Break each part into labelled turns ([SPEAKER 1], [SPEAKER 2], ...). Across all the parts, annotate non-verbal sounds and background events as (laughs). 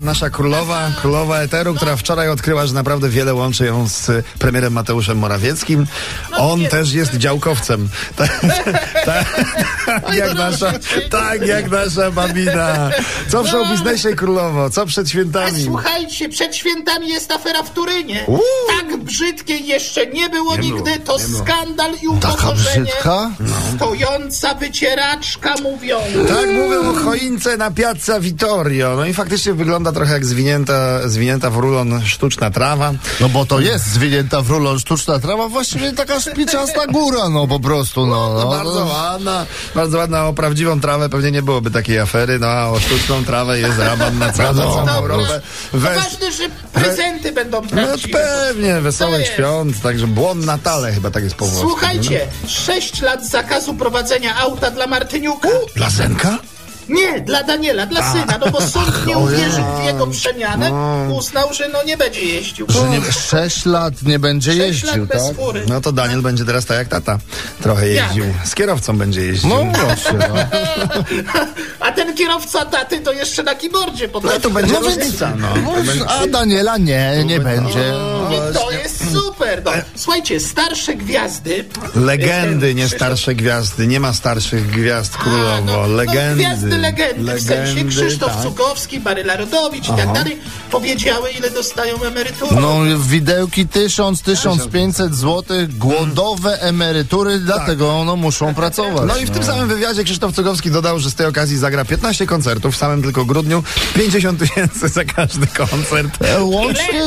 [SPEAKER 1] Nasza królowa, królowa Eteru, która wczoraj odkryła, że naprawdę wiele łączy ją z y, premierem Mateuszem Morawieckim. On też jest działkowcem. (laughs) Tak, tak, tak, jak nasza, tak jak nasza babina. Co w showbiznesie królowo, co przed
[SPEAKER 2] A
[SPEAKER 1] świętami?
[SPEAKER 2] słuchajcie, przed świętami jest afera w Turynie.
[SPEAKER 1] Uuu.
[SPEAKER 2] Tak brzydkiej jeszcze nie było nigdy. to skandal i
[SPEAKER 3] Taka
[SPEAKER 2] upokorzenie.
[SPEAKER 3] brzydka? No.
[SPEAKER 2] Stojąca wycieraczka mówią.
[SPEAKER 1] Tak mówią o choince na Piazza Vittorio. No i faktycznie wygląda trochę jak zwinięta, zwinięta w rulon sztuczna trawa.
[SPEAKER 3] No bo to jest zwinięta w rulon sztuczna trawa, właściwie taka szpiczasta góra, no po prostu, no. no.
[SPEAKER 1] Bardzo ładna, bardzo ładna. O prawdziwą trawę pewnie nie byłoby takiej afery, no a o sztuczną trawę jest raban na całą,
[SPEAKER 3] Wiadomo.
[SPEAKER 1] całą
[SPEAKER 3] no.
[SPEAKER 2] Dobra.
[SPEAKER 1] Europę.
[SPEAKER 2] To
[SPEAKER 1] Weź,
[SPEAKER 2] ważne, że prezenty będą
[SPEAKER 1] no
[SPEAKER 2] prawdziwe.
[SPEAKER 1] pewnie,
[SPEAKER 2] To
[SPEAKER 1] wesołych
[SPEAKER 2] jest.
[SPEAKER 1] świąt, także błon na tale chyba tak jest powołany.
[SPEAKER 2] Słuchajcie, 6 lat zakazu prowadzenia auta dla Martyniuka.
[SPEAKER 1] Lasenka?
[SPEAKER 2] Nie, dla Daniela, dla syna, no bo
[SPEAKER 3] (laughs)
[SPEAKER 2] sąd nie uwierzył w jego przemianę. Uznał, że no nie będzie jeździł.
[SPEAKER 3] Że nie, 6 No, lat nie będzie
[SPEAKER 2] 6 lat
[SPEAKER 3] jeździł,
[SPEAKER 2] bez
[SPEAKER 3] tak?
[SPEAKER 2] fury.
[SPEAKER 1] No to Daniel będzie teraz tak jak tata. Trochę jeździł. Z kierowcą będzie jeździł.
[SPEAKER 3] No proszę, no.
[SPEAKER 2] (laughs) A ten kierowca taty to jeszcze na keyboardzie
[SPEAKER 1] No
[SPEAKER 2] potrafi.
[SPEAKER 1] to będzie różnica, no.
[SPEAKER 2] (laughs)
[SPEAKER 3] A Daniela nie, nie będzie.
[SPEAKER 2] I to jest super. No. Słuchajcie, starsze gwiazdy.
[SPEAKER 1] Legendy, nie starsze gwiazdy. Nie ma starszych gwiazd
[SPEAKER 2] A,
[SPEAKER 1] królowo.
[SPEAKER 2] no, No,
[SPEAKER 1] legendy.
[SPEAKER 2] gwiazdy legendy, w sensie Krzysztof
[SPEAKER 1] tak.
[SPEAKER 2] Cukowski, Baryla Rodowicz i tak dalej powiedziały, ile dostają emerytury.
[SPEAKER 3] No widełki 1000, 1500 zł, głodowe emerytury, dlatego no muszą pracować.
[SPEAKER 1] No i w tym samym wywiadzie Krzysztof Cugowski dodał, że z tej okazji zagra 15 koncertów w samym tylko grudniu, 50 tysięcy za każdy koncert.
[SPEAKER 3] E, Łącznie,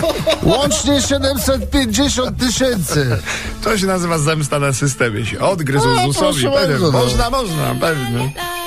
[SPEAKER 3] (laughs) łącznie 750 tysięcy.
[SPEAKER 1] To się nazywa zemsta na systemie. Się odgryzł
[SPEAKER 3] A,
[SPEAKER 1] ZUS-owi.
[SPEAKER 3] proszę
[SPEAKER 1] Pewnie.
[SPEAKER 3] bardzo, no.
[SPEAKER 1] Można, można, pewnie.
[SPEAKER 4] la